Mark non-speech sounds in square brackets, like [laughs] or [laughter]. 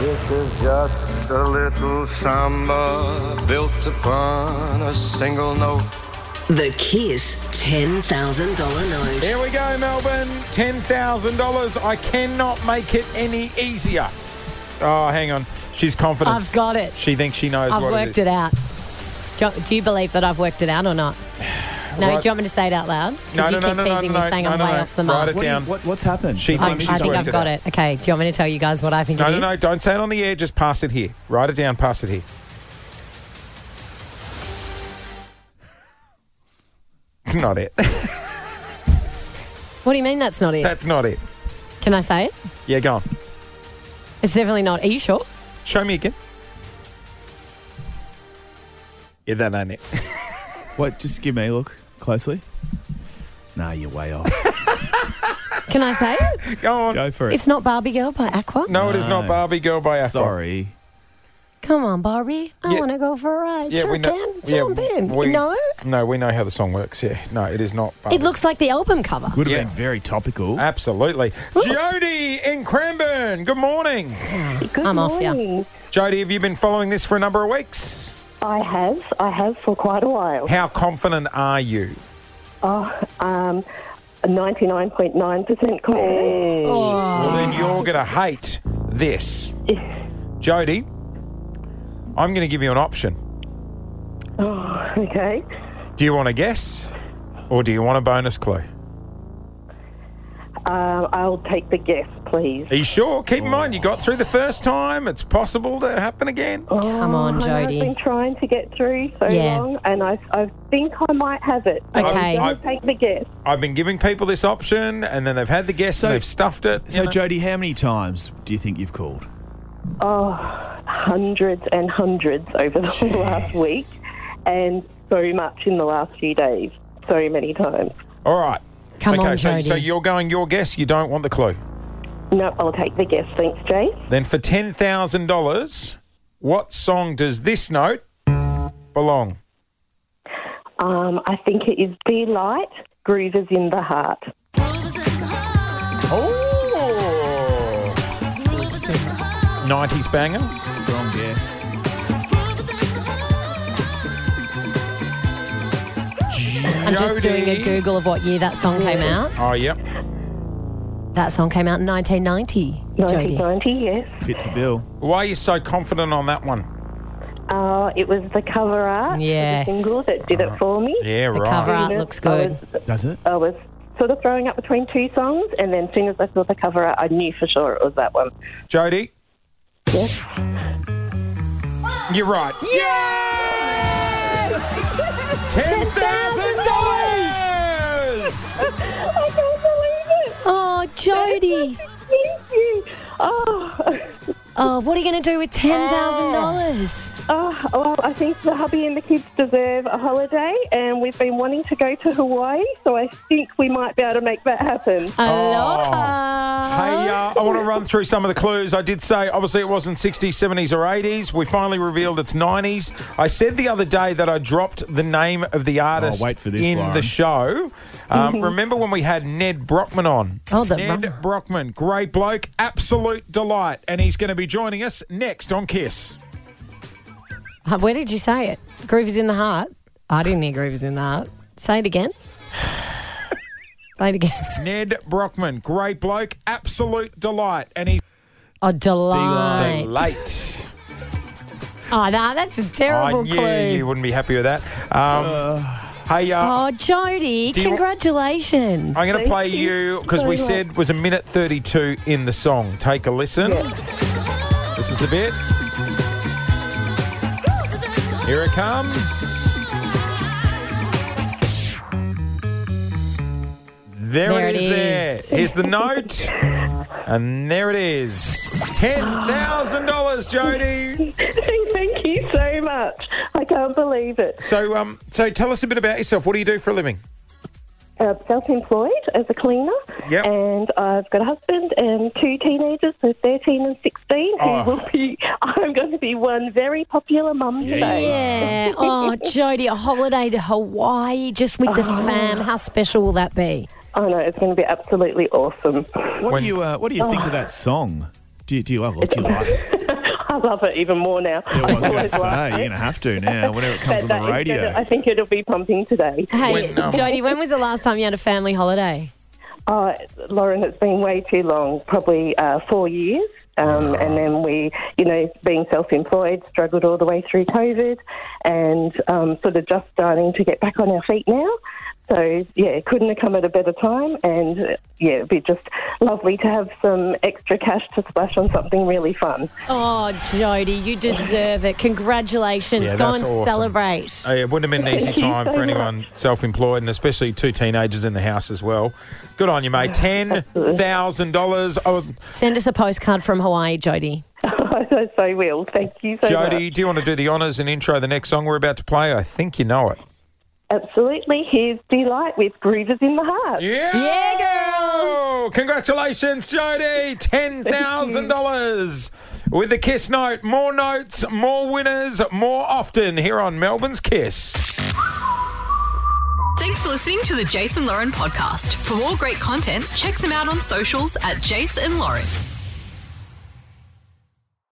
This is just a little samba built upon a single note. The Kiss $10,000 note. Here we go, Melbourne. $10,000. I cannot make it any easier. Oh, hang on. She's confident. I've got it. She thinks she knows I've what worked it is. it, out. Do, do you believe that I've worked it out or not? No, Right. do you want me to say it out loud? No, Because no, you no, keep no, no, teasing no, me saying no, I'm no, way no. off the Write mark. it What do you- down. what- what's happened? She I'm- thinks she's I think worked I've it got out. it. Okay, do you want me to tell you guys what I think No, it no, no. is? Don't say it on the air. Just pass it here. Write it down. Pass it here. [laughs] It's not it. [laughs] What do you mean that's not it? That's not it. Can I say it? Yeah, go on. It's definitely not. Are you sure? Show me again. Yeah, that ain't it. [laughs] Wait, just give me a look closely. Nah, you're [laughs] way off. Can I say it? Go on. Go for it. It's not Barbie Girl by Aqua. No, it is not No. Barbie Girl by Aqua. Sorry. Come on, Barbie. I Yeah. want to go for a ride. sure can. Jump in. we- no? No, we know how the song works. Yeah, no, it is not. um, Barbie. It looks like the album cover. Would have Yeah. Uh, been very topical. absolutely. Jody in Cranbourne. Good morning, I'm off here. Jody. Have you been following this for a number of weeks? I have. I have for quite a while. How confident are you? Um, 99.9% confident. Well, then you're going to hate [laughs] this, Jody. I'm going to give you an option. Okay. Do you want to guess, or do you want a bonus clue? Um, I'll take the guess, please. Are you sure? Keep in mind, you got through the first time. It's possible to happen again. Come on, Oh, I know I've been Jody. trying to get through so Yeah. long, and I, I think I might have it. So Okay. I'm going to take the guess. I've been giving people this option, and then they've had the guess So- and they've stuffed it. So, Jody, how many times do you think you've called? Hundreds and hundreds over the last week, and so much in the last few days. So many times. All right. Come okay, on, so, Jody. so you're going your guess. You don't want the clue. No, I'll take the guess. Thanks, Jay. Then for ten thousand dollars, what song does this note belong? Um, I think it is Be Light, Groovers in the Heart. Oh, nineties banger. Strong guess. I'm just doing a Jody. Google of what year that song came out. Oh, yep. That song came out in 1990, Jodie. 1990, yes. Fits the bill. Why are you so confident on that one? Uh, it was the cover art, Yes. the single that did it for me. Yeah, The right. cover art Yes, looks good. I was, Does it? I was sort of throwing up between two songs, and then as soon as I saw the cover art, I knew for sure it was that one. Jody, Yes. you're right. Ten thousand dollars. I can't believe it. Oh, Jodie. Thank you. Oh, [laughs] Oh, what are you going to do with $10,000? oh, well, I think the hubby and the kids deserve a holiday, and we've been wanting to go to Hawaii, so I think we might be able to make that happen. [laughs] Aloha. Oh. Hey, uh, I want to run through some of the clues. I did say, obviously, it wasn't 60s, 70s, or 80s. We finally revealed it's 90s. I said the other day that I dropped the name of the artist wait for this, in Lauren. the show. Um, Remember when we had Ned Brockman on? Oh, the Ned Bro- Brockman, great bloke, absolute delight. And he's going to be joining us next on Kiss. Uh, Where did you say it? Groove is in the heart. I didn't hear groove is in the heart. Say [laughs] it again. Say it again. Ned Brockman, great bloke, absolute delight. And he's Oh, delight. late. Oh, no, that's a I terrible knew clue. Oh, you wouldn't be happy with that. Um, hey, uh, Oh, Jodie, Do you- congratulations. I'm going to play you because we said was a minute 32 in the song. Take a listen. This is the bit. Here it comes. There, There it it is, is. there. Here's the note. And there it is. $10,000, Jodie. Thank you so much. I can't believe it. So um so tell us a bit about yourself. What do you do for a living? uh, self-employed as a cleaner, Yep. and I've got a husband and two teenagers, so 13 and 16, who Oh. will be. [laughs] I'm going to be one very popular mum today. Yeah. Oh, Jodie, a holiday to Hawaii just with the Oh. fam. How special will that be? I know it's going to be absolutely awesome. [laughs] What When- [laughs] do you uh, What do you think of that song? Do you, do you, oh, do you like it? I love it even more now. I was going to Always say, laugh. you're going to have to now, whenever it comes But on that the is- I radio. think it'll be pumping today. Hey, When, um, Jodie, when was the last time you had a family holiday? Oh, Lauren, it's been way too long, probably uh, four years. Um, And then we, you know, being self employed, struggled all the way through COVID and um, sort of just starting to get back on our feet now. So, yeah, couldn't have come at a better time. And, uh, yeah, it'd be just lovely to have some extra cash to splash on something really fun. [laughs] Oh, Jodie, you deserve it. Congratulations. Yeah, Go that's and awesome. celebrate. Uh, it wouldn't have been an easy Thank you time so for anyone self-employed, and especially two teenagers in the house as well. Good on you, mate. Ten thousand dollars. Oh, Send us a postcard from Hawaii, Jodie. I so, so will. Thank you so much. Jody, do you want to do the honours and intro the next song we're about to play? I think you know it. Absolutely. Here's Delight with Groovers in the Heart. Yeah, Yeah, girl. Oh, Congratulations, Jody. Ten thousand dollars with the kiss note. More notes, more winners, more often here on Melbourne's Kiss. Thanks for listening to the Jason Lauren podcast. For more great content, check them out on socials at Jason Lauren.